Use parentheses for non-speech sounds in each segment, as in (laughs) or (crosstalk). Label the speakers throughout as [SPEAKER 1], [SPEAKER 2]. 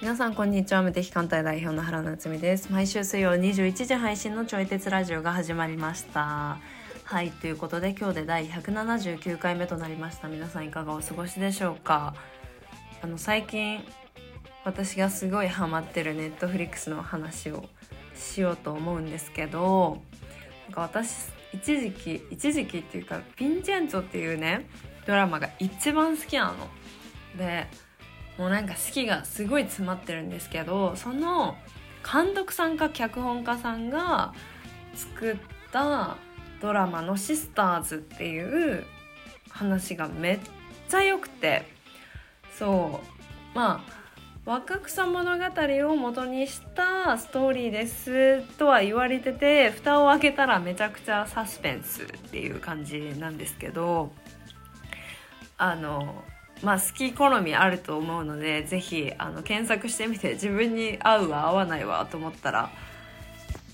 [SPEAKER 1] 皆さんこんにちは無敵艦隊代表の原夏実です毎週水曜21時配信のちょい鉄ラジオが始まりましたはいということで今日で第179回目となりました皆さんいかがお過ごしでしょうかあの最近私がすごいハマってるネットフリックスの話をしようと思うんですけどなんか私一時期一時期っていうか「ヴィンチェンツォ」っていうねドラマが一番好きなの。でもうなんか好きがすごい詰まってるんですけどその監督さんか脚本家さんが作ったドラマの「シスターズ」っていう話がめっちゃ良くてそうまあ若草物語を元にしたストーリーですとは言われてて蓋を開けたらめちゃくちゃサスペンスっていう感じなんですけどあのまあ好き好みあると思うのでぜひあの検索してみて自分に合うわ合わないわと思ったら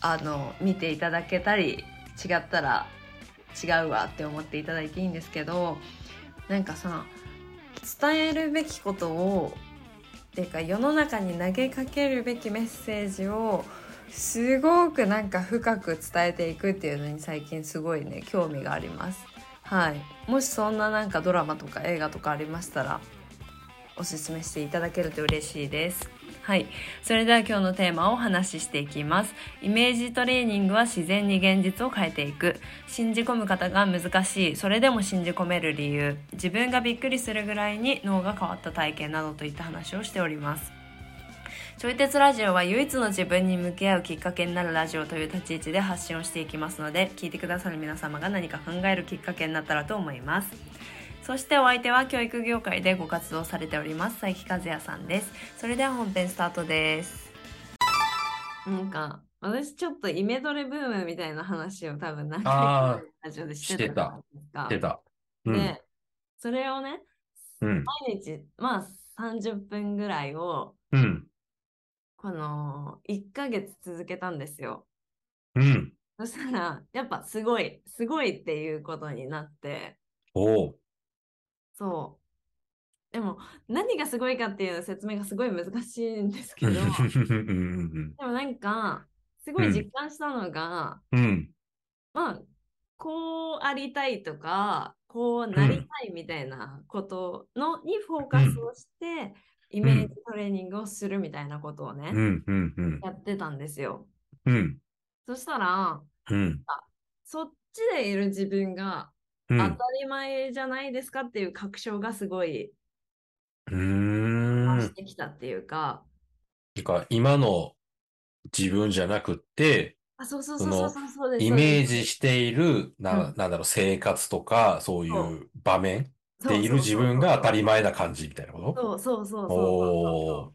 [SPEAKER 1] あの見ていただけたり違ったら違うわって思っていただいていいんですけどなんかさ伝えるべきことをっていうか世の中に投げかけるべきメッセージをすごくなんか深く伝えていくっていうのに最近すごいね興味があります。はい、もしそんななんかドラマとか映画とかありましたらおすすめしていただけると嬉しいです。はい。それでは今日のテーマをお話ししていきます。イメージトレーニングは自然に現実を変えていく。信じ込む方が難しい。それでも信じ込める理由。自分がびっくりするぐらいに脳が変わった体験などといった話をしております。ちょい鉄ラジオは唯一の自分に向き合うきっかけになるラジオという立ち位置で発信をしていきますので聞いてくださる皆様が何か考えるきっかけになったらと思いますそしてお相手は教育業界でご活動されております佐伯和也さんですそれでは本編スタートですなんか私ちょっとイメトレブームみたいな話を多分何回
[SPEAKER 2] あ
[SPEAKER 1] か
[SPEAKER 2] ー
[SPEAKER 1] ラジオでし
[SPEAKER 2] し
[SPEAKER 1] て
[SPEAKER 2] てた
[SPEAKER 1] たじゃない
[SPEAKER 2] 出
[SPEAKER 1] ですか
[SPEAKER 2] た。うん。
[SPEAKER 1] でそれをね
[SPEAKER 2] うん。
[SPEAKER 1] 毎日まあ30分ぐらいを
[SPEAKER 2] うん。
[SPEAKER 1] この1ヶ月続けたんですよ。
[SPEAKER 2] うん。
[SPEAKER 1] そしたらやっぱすごいすごいっていうことになって
[SPEAKER 2] おお。
[SPEAKER 1] そうでも何がすごいかっていう説明がすごい難しいんですけ
[SPEAKER 2] う (laughs)
[SPEAKER 1] ど
[SPEAKER 2] ん
[SPEAKER 1] で
[SPEAKER 2] うん。
[SPEAKER 1] もなんかすごい
[SPEAKER 2] うん
[SPEAKER 1] 実感したのが、
[SPEAKER 2] うん。
[SPEAKER 1] まあこうありたいとかこうなりたいみたいなことのにフォーカスをして、イメージトレーニングをするみたいなことをね、
[SPEAKER 2] うん。うん。うん。
[SPEAKER 1] やってたんですよ。
[SPEAKER 2] うん。
[SPEAKER 1] そしたら
[SPEAKER 2] うん。
[SPEAKER 1] そっちでいる自分が当
[SPEAKER 2] う
[SPEAKER 1] た
[SPEAKER 2] ん。
[SPEAKER 1] り前じゃないですかっていう確証がすごいう
[SPEAKER 2] ー
[SPEAKER 1] 増
[SPEAKER 2] ん。
[SPEAKER 1] してきたっていうか、
[SPEAKER 2] てか、今の自分じゃなくって、
[SPEAKER 1] あそうそうそうそうそうそうです
[SPEAKER 2] イメージしている、な、
[SPEAKER 1] うん
[SPEAKER 2] なんだろう、生活とか、そういう場面でいる自分が当たり前な感じみたいなこと
[SPEAKER 1] そうそうそうそうそうそうそう
[SPEAKER 2] お
[SPEAKER 1] そう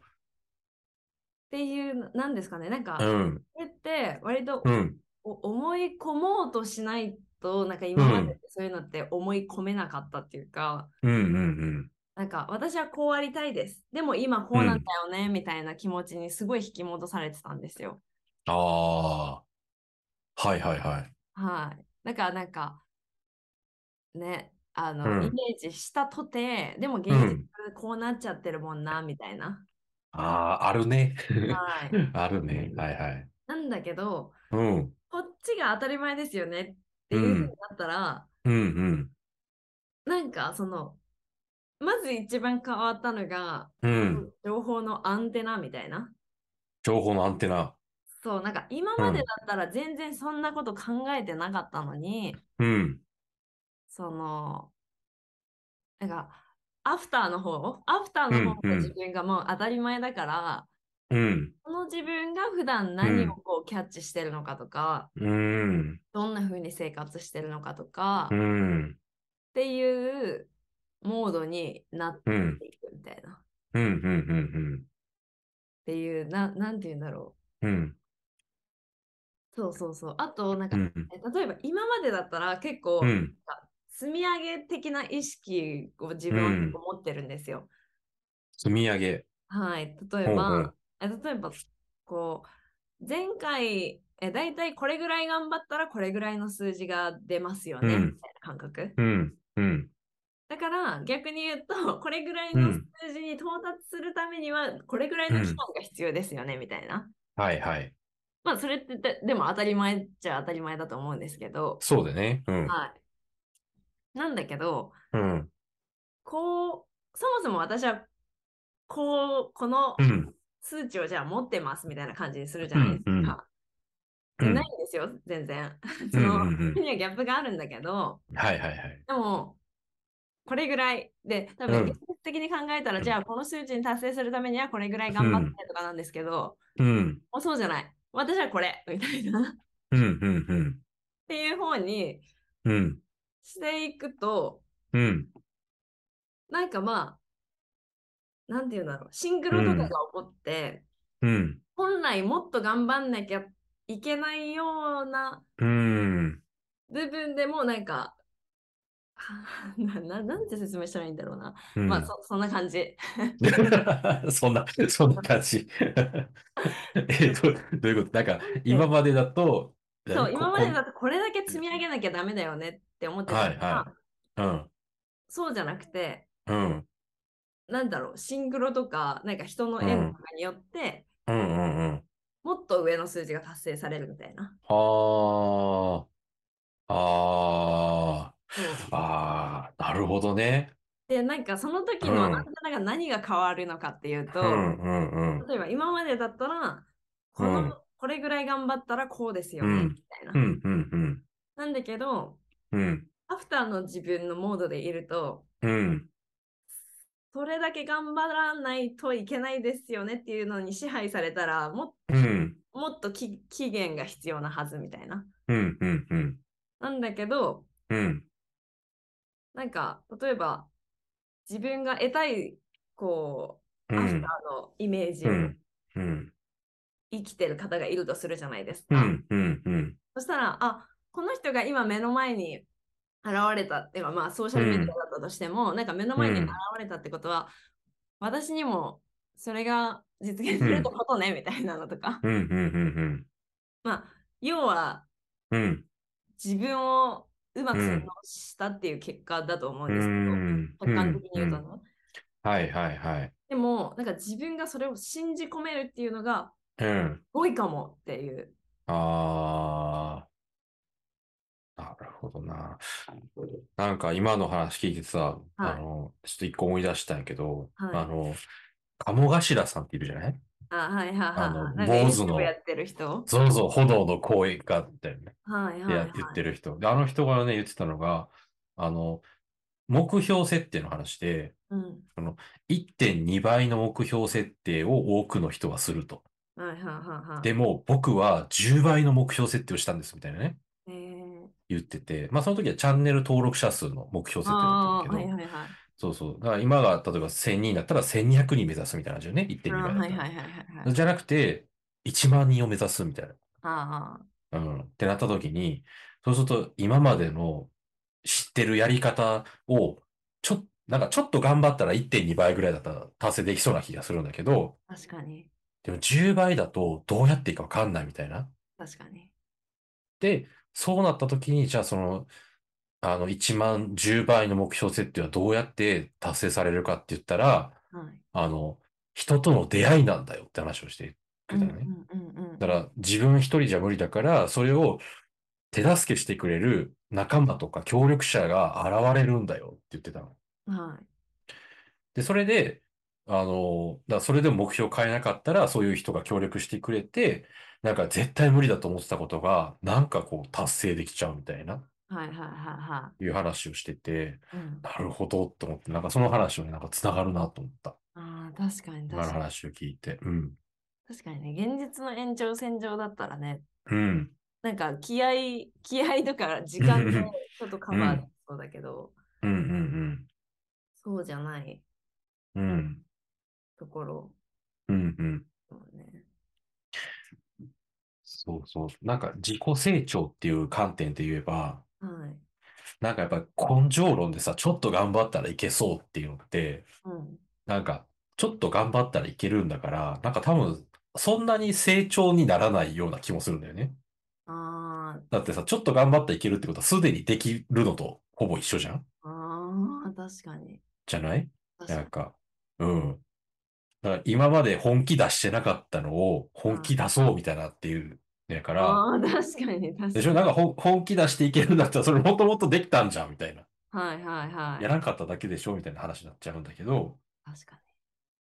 [SPEAKER 1] っていうなんですかねなんか、
[SPEAKER 2] おー。うん。
[SPEAKER 1] これって割と
[SPEAKER 2] うん。
[SPEAKER 1] お思い込もうとしないとなんか今までそういうのって思い込めなかったっていうか、
[SPEAKER 2] うん。うん。
[SPEAKER 1] なんか私はこうありたいですでも今こうなんだよね、みたいな気持ちにすごい引き戻されてたんですよ。
[SPEAKER 2] ああ。はいはいはい。
[SPEAKER 1] はい。だからなんか、ね、あの、
[SPEAKER 2] うん
[SPEAKER 1] イメージしたとて、でも現
[SPEAKER 2] う
[SPEAKER 1] 実
[SPEAKER 2] ん。
[SPEAKER 1] こうなっちゃってるもんな、みたいな。
[SPEAKER 2] ああ、あるね。
[SPEAKER 1] はい。
[SPEAKER 2] あるね。はいはい。
[SPEAKER 1] なんだけど、
[SPEAKER 2] うん。
[SPEAKER 1] こっちが当たり前ですよねっていうふうになったら、
[SPEAKER 2] うんうん。
[SPEAKER 1] なんかその、まず一番変わったのが、
[SPEAKER 2] うん。
[SPEAKER 1] 情報のアンテナみたいな。
[SPEAKER 2] 情報のアンテナ。
[SPEAKER 1] そう、なんか今までだったら全然そんなこと考えてなかったのに、
[SPEAKER 2] うん。
[SPEAKER 1] その、なんか、アフターの方、アフターの方
[SPEAKER 2] うんう
[SPEAKER 1] の
[SPEAKER 2] ん
[SPEAKER 1] 自分がもう当たり前だから、
[SPEAKER 2] うん。
[SPEAKER 1] その自分が普段何
[SPEAKER 2] うん
[SPEAKER 1] をこうキャッチしてるのかとか、
[SPEAKER 2] うん。
[SPEAKER 1] どんな風に生活してるのかとか、
[SPEAKER 2] う
[SPEAKER 1] っ
[SPEAKER 2] ん。
[SPEAKER 1] ていうモードになって
[SPEAKER 2] うん。
[SPEAKER 1] いくみたいな。っ
[SPEAKER 2] うん。うん。うん。
[SPEAKER 1] ていう、ななんて言うんだろ
[SPEAKER 2] うん。
[SPEAKER 1] う。そうそうそう。あと、なんか、
[SPEAKER 2] うん。
[SPEAKER 1] え例えば今までだったら結構、
[SPEAKER 2] うん。
[SPEAKER 1] 積み上げ的な意識を自分は結構持ってるんですよ。
[SPEAKER 2] 積み上げ。
[SPEAKER 1] はい。例え
[SPEAKER 2] ほう
[SPEAKER 1] ば、
[SPEAKER 2] ほう
[SPEAKER 1] え例えばこう前回え大体これぐらい頑張ったらこれぐらいの数字が出ますよね、
[SPEAKER 2] うん
[SPEAKER 1] みたいな感覚。
[SPEAKER 2] うん、うん、
[SPEAKER 1] だから逆に言うと、 (laughs) これぐらいの
[SPEAKER 2] う
[SPEAKER 1] 数
[SPEAKER 2] ん
[SPEAKER 1] 字に到達するためには、これぐらいの期間が必要ですよね、みたいな。
[SPEAKER 2] はいはい。
[SPEAKER 1] まあそれってででも当たり前っちゃ当たり前だと思うんですけど、
[SPEAKER 2] そうだね。うん、
[SPEAKER 1] はい。なんだけど、
[SPEAKER 2] うん、
[SPEAKER 1] こう、そもそも私は、こう、この
[SPEAKER 2] うん、
[SPEAKER 1] 数値をじゃあ持ってますみたいな感じにするじゃないですか。
[SPEAKER 2] うんうんう
[SPEAKER 1] で
[SPEAKER 2] ん
[SPEAKER 1] ないんですよ、全然。
[SPEAKER 2] う
[SPEAKER 1] (laughs) その、
[SPEAKER 2] ん、うん、
[SPEAKER 1] にはギャップがあるんだけど、
[SPEAKER 2] はいはいはい。
[SPEAKER 1] でも、これぐらいで、多
[SPEAKER 2] う
[SPEAKER 1] 分
[SPEAKER 2] ん
[SPEAKER 1] 現実的に考えたら、
[SPEAKER 2] うん
[SPEAKER 1] じゃあこの数値に達成するためにはこれぐらい頑張ってとかなんですけど、
[SPEAKER 2] うん、
[SPEAKER 1] もうそうじゃない。私はこれみたいな。っ (laughs)
[SPEAKER 2] うん、うん、うん、
[SPEAKER 1] ていう方に
[SPEAKER 2] うん、
[SPEAKER 1] していくと、
[SPEAKER 2] うん、
[SPEAKER 1] なんかまあ、なんて言うんだろう、シンクロとかが起こって、
[SPEAKER 2] うん、
[SPEAKER 1] 本来もっと頑張んなきゃいけないような
[SPEAKER 2] うん、
[SPEAKER 1] 部分でもなんか、 (laughs) はあなななんて説明したらいいんだろうな。
[SPEAKER 2] うん。
[SPEAKER 1] まあそ、そんな感じ。
[SPEAKER 2] (laughs) そんな、そんな感じ。 (laughs) え、どうどういうことなんか、今までだと、
[SPEAKER 1] そう、
[SPEAKER 2] こ
[SPEAKER 1] 今までだ
[SPEAKER 2] こと
[SPEAKER 1] これだけ積み上げなきゃダメだよねって思ってたのが、
[SPEAKER 2] はいはうん、
[SPEAKER 1] そうじゃなくて、
[SPEAKER 2] うん、
[SPEAKER 1] なんだろう、シンクロとか、なんか人の縁とかによって、
[SPEAKER 2] うん、うん、うん。
[SPEAKER 1] もっと上の数字が達成されるみたいな。
[SPEAKER 2] はあ、あ
[SPEAKER 1] そう
[SPEAKER 2] あ、ああ、なるほどね。
[SPEAKER 1] で、なんかその時
[SPEAKER 2] うん
[SPEAKER 1] のアンテナが何が変わるのかっていう
[SPEAKER 2] う
[SPEAKER 1] と、
[SPEAKER 2] ん、うん、うん、
[SPEAKER 1] 例えば今までだったら、こ
[SPEAKER 2] う
[SPEAKER 1] の
[SPEAKER 2] ん、
[SPEAKER 1] これぐらい頑張ったらこうですよ
[SPEAKER 2] う
[SPEAKER 1] ね、
[SPEAKER 2] ん
[SPEAKER 1] みたいな
[SPEAKER 2] う。ん、うん、うん、
[SPEAKER 1] なんだけど、
[SPEAKER 2] うん、
[SPEAKER 1] アフターの自分のモードでいると、
[SPEAKER 2] うん、
[SPEAKER 1] それだけ頑張らないといけないですよねっていうのに支配されたら、も
[SPEAKER 2] うん、
[SPEAKER 1] もっとき期限が必要なはずみたいな。
[SPEAKER 2] うん、うん、うん、
[SPEAKER 1] なんだけど、
[SPEAKER 2] うん、
[SPEAKER 1] なんか、例えば、自分が得たい、こ
[SPEAKER 2] う
[SPEAKER 1] う、アフター
[SPEAKER 2] ん、
[SPEAKER 1] のイメージ
[SPEAKER 2] う
[SPEAKER 1] を
[SPEAKER 2] ん、うん、
[SPEAKER 1] 生きてる方がいるとするじゃないです
[SPEAKER 2] う
[SPEAKER 1] か。
[SPEAKER 2] ん、うん、うん、
[SPEAKER 1] そしたら、あ、この人が今目の前に現れたっていうか、まあソーシャルメディアだったとしても、なんか目の前に
[SPEAKER 2] うん
[SPEAKER 1] 現れたってことは、私にもそれが実現するってことね、みたいなのとか。
[SPEAKER 2] うん、うん、うん、
[SPEAKER 1] まあ、要は
[SPEAKER 2] うん、
[SPEAKER 1] 自分をうまく
[SPEAKER 2] うん
[SPEAKER 1] 洗脳したっていう結果だと思うん
[SPEAKER 2] う
[SPEAKER 1] ですけど、
[SPEAKER 2] ん、
[SPEAKER 1] 客観的に言うとね。
[SPEAKER 2] はい、はい、はい。
[SPEAKER 1] でも、なんか自分がそれを信じ込めるっていうのが、
[SPEAKER 2] うん。
[SPEAKER 1] すごいかもっていう。
[SPEAKER 2] ああ、なるほどな。なんか今の話聞いてさ、あの、ちょっと一個思い出したんやけど、
[SPEAKER 1] はい
[SPEAKER 2] あの、鴨頭さんっているじゃない
[SPEAKER 1] あ、はいはいはい
[SPEAKER 2] あの
[SPEAKER 1] はい。なんか
[SPEAKER 2] 坊主の
[SPEAKER 1] YouTube やってる人。
[SPEAKER 2] そうそう、炎の声があって、
[SPEAKER 1] はいはいい、は
[SPEAKER 2] や、
[SPEAKER 1] い。
[SPEAKER 2] 言ってる人。で、あの人がね、言ってたのが、あの、目標設定の話で、
[SPEAKER 1] うん。
[SPEAKER 2] 1.2倍の目標設定を多くの人はすると。
[SPEAKER 1] はいはいはいはい。
[SPEAKER 2] でも、僕は10倍の目標設定をしたんです、みたいなね。
[SPEAKER 1] えー、
[SPEAKER 2] 言ってて、まあその時はチャンネル登録者数の目標設定だ
[SPEAKER 1] ああ
[SPEAKER 2] ったん
[SPEAKER 1] ー、
[SPEAKER 2] だ
[SPEAKER 1] は
[SPEAKER 2] け
[SPEAKER 1] いは
[SPEAKER 2] ど、
[SPEAKER 1] いはい。
[SPEAKER 2] そうそう。だから今が例えば1000人だったら1200人目指すみたいな感じよね。1.2
[SPEAKER 1] あー
[SPEAKER 2] 倍だった
[SPEAKER 1] はい
[SPEAKER 2] ら
[SPEAKER 1] はいはいはいはい。
[SPEAKER 2] じゃなくて、1万人を目指すみたい
[SPEAKER 1] あ
[SPEAKER 2] な。うん。ってなった時に、そうすると今までの知ってるやり方を、ちょ、なんかちょっと頑張ったら1.2倍ぐらいだったら達成できそうな気がするんだけど、
[SPEAKER 1] あ、確かに。
[SPEAKER 2] でも10倍だとどうやっていいかわかんないみたいな。
[SPEAKER 1] 確かに。
[SPEAKER 2] で、そうなった時に、じゃあその、あの、1万、10倍の目標設定はどうやって達成されるかって言ったら、
[SPEAKER 1] はい。
[SPEAKER 2] あの、人との出会いなんだよって話をしてくれたのね。
[SPEAKER 1] うんうんうんうん。
[SPEAKER 2] だから、自分一人じゃ無理だから、それを手助けしてくれる仲間とか協力者が現れるんだよって言ってたの。
[SPEAKER 1] はい。
[SPEAKER 2] で、それで、あの、だからそれでも目標を変えなかったら、そういう人が協力してくれて、なんか絶対無理だと思ってたことが、なんかこう達成できちゃうみたいな。
[SPEAKER 1] はいはいはいは
[SPEAKER 2] いう話をしてて、
[SPEAKER 1] い。うん、
[SPEAKER 2] なるほどと思って、なんかその話をね、なんか繋がるなと思った。
[SPEAKER 1] ああ、確かに確
[SPEAKER 2] 今の
[SPEAKER 1] かに。
[SPEAKER 2] 話を聞いて。うん。
[SPEAKER 1] 確かにね、現実の延長線上だったらね、
[SPEAKER 2] うん。
[SPEAKER 1] なんか気合い、気合いとか時間で
[SPEAKER 2] (laughs)
[SPEAKER 1] ちょっとカバーできそうだけど、
[SPEAKER 2] うんうん
[SPEAKER 1] そうじゃない
[SPEAKER 2] うん。うん。
[SPEAKER 1] ところ
[SPEAKER 2] うんうん。
[SPEAKER 1] だもんね。
[SPEAKER 2] そうそう。なんか自己成長っていう観点で言えば、
[SPEAKER 1] はい。
[SPEAKER 2] なんかやっぱ根性論でさ、ちょっと頑張ったらいけそうっていうのって、
[SPEAKER 1] うん。
[SPEAKER 2] なんかちょっと頑張ったらいけるんだから、なんか多分そんなに成長にならないような気もするんだよね。
[SPEAKER 1] あー
[SPEAKER 2] だってさ、ちょっと頑張っていけるってことはすでにできるのとほぼ一緒じゃん
[SPEAKER 1] あー、確かに。
[SPEAKER 2] じゃない
[SPEAKER 1] 確か
[SPEAKER 2] な
[SPEAKER 1] に
[SPEAKER 2] ん。か、うん。だから今まで本気出してなかったのを本気出そうみたいなっていうのやから、
[SPEAKER 1] ああ、確かに、確か
[SPEAKER 2] で
[SPEAKER 1] に
[SPEAKER 2] し。ょなんかほん本気出していけるんだったらそれもともとできたんじゃんみたいな。
[SPEAKER 1] はいはいはい。
[SPEAKER 2] やらんかっただけでしょみたいな話になっちゃうんだけど、
[SPEAKER 1] 確か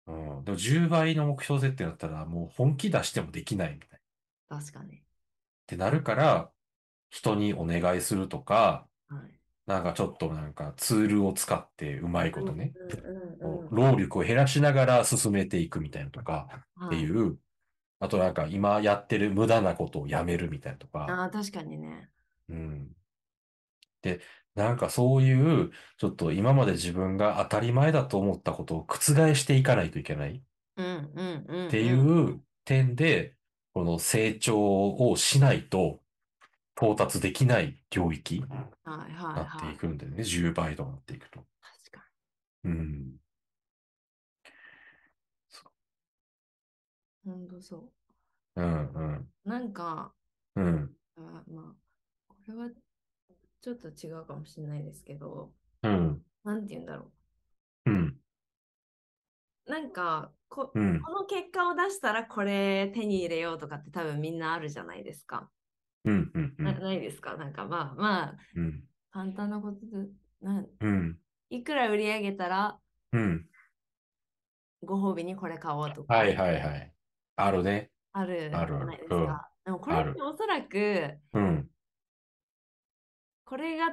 [SPEAKER 1] に。
[SPEAKER 2] うん。でも10倍の目標設定だったらもう本気出してもできないみたいな。っ
[SPEAKER 1] 確かに。
[SPEAKER 2] てなるから、人にお願いするとか、
[SPEAKER 1] はい。
[SPEAKER 2] なんかちょっとなんかツールを使ってうまいことね、
[SPEAKER 1] うんうんうん
[SPEAKER 2] こう労力を減らしながら進めていくみたいなとか、
[SPEAKER 1] うん。
[SPEAKER 2] って
[SPEAKER 1] はいい。
[SPEAKER 2] う、あとなんか今やってる無駄なことをやめるみたいなと
[SPEAKER 1] あ
[SPEAKER 2] か、
[SPEAKER 1] あ、確かにね。
[SPEAKER 2] うん。で、なんかそういう、ちょっと今まで自分が当たり前だと思ったことを覆していかないといけないっ
[SPEAKER 1] うんうんうん。
[SPEAKER 2] ていう点で、この成長をしないと到達できない領域に
[SPEAKER 1] うん。はいはい
[SPEAKER 2] なって
[SPEAKER 1] はいい。
[SPEAKER 2] くんだよね。10倍とかなっていくと。
[SPEAKER 1] 確か
[SPEAKER 2] うん。
[SPEAKER 1] に。ほんとそ
[SPEAKER 2] うん、うん、
[SPEAKER 1] う。なんか、
[SPEAKER 2] うん、
[SPEAKER 1] あまあ、これはちょっと違うかもしれないですけど、
[SPEAKER 2] うん、
[SPEAKER 1] なんて言うんだろ
[SPEAKER 2] うん、
[SPEAKER 1] う。なんかこ、
[SPEAKER 2] うん。
[SPEAKER 1] この結果を出したらこれ手に入れようとかって多分みんなあるじゃないですか。
[SPEAKER 2] うん、うん、う、
[SPEAKER 1] なんないですかなんかまあまあ、
[SPEAKER 2] うん、
[SPEAKER 1] 簡単なことで、なん
[SPEAKER 2] うん、
[SPEAKER 1] いくら売り上げたら
[SPEAKER 2] うん。
[SPEAKER 1] ご褒美にこれ買おうとか
[SPEAKER 2] はい、はい、はい。あるね。
[SPEAKER 1] あるじ
[SPEAKER 2] あ
[SPEAKER 1] ゃ
[SPEAKER 2] る
[SPEAKER 1] ないですか。でもこれ
[SPEAKER 2] あ
[SPEAKER 1] っ
[SPEAKER 2] る
[SPEAKER 1] ておそらく
[SPEAKER 2] うん、
[SPEAKER 1] これが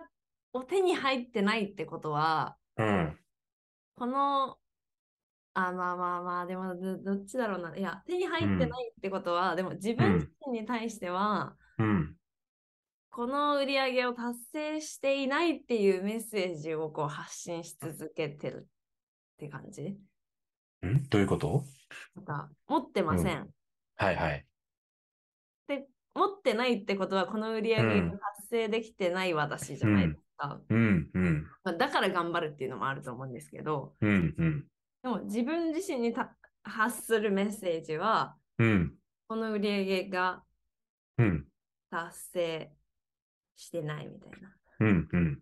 [SPEAKER 1] お手に入ってないってことは
[SPEAKER 2] うん、
[SPEAKER 1] このあまあまあまあでもどどっちだろうないや手に入ってないってことは、でも自分自身に対しては、
[SPEAKER 2] うん、
[SPEAKER 1] この売り上げを達成していないっていうメッセージをこう発信し続けてるって感じ
[SPEAKER 2] うん。どういうこと
[SPEAKER 1] なんか持ってません、
[SPEAKER 2] はいはい。
[SPEAKER 1] 持ってないってことはこの売り上げ
[SPEAKER 2] うん
[SPEAKER 1] が達成できてない私じゃないですか、
[SPEAKER 2] うん、うん、
[SPEAKER 1] まあ、だから頑張るっていうのもあると思うんですけど
[SPEAKER 2] うん、うん、
[SPEAKER 1] でも自分自身にた発するメッセージは
[SPEAKER 2] うん、
[SPEAKER 1] この売り上げが
[SPEAKER 2] うん、
[SPEAKER 1] 達成してないみたいな。
[SPEAKER 2] うん、うん。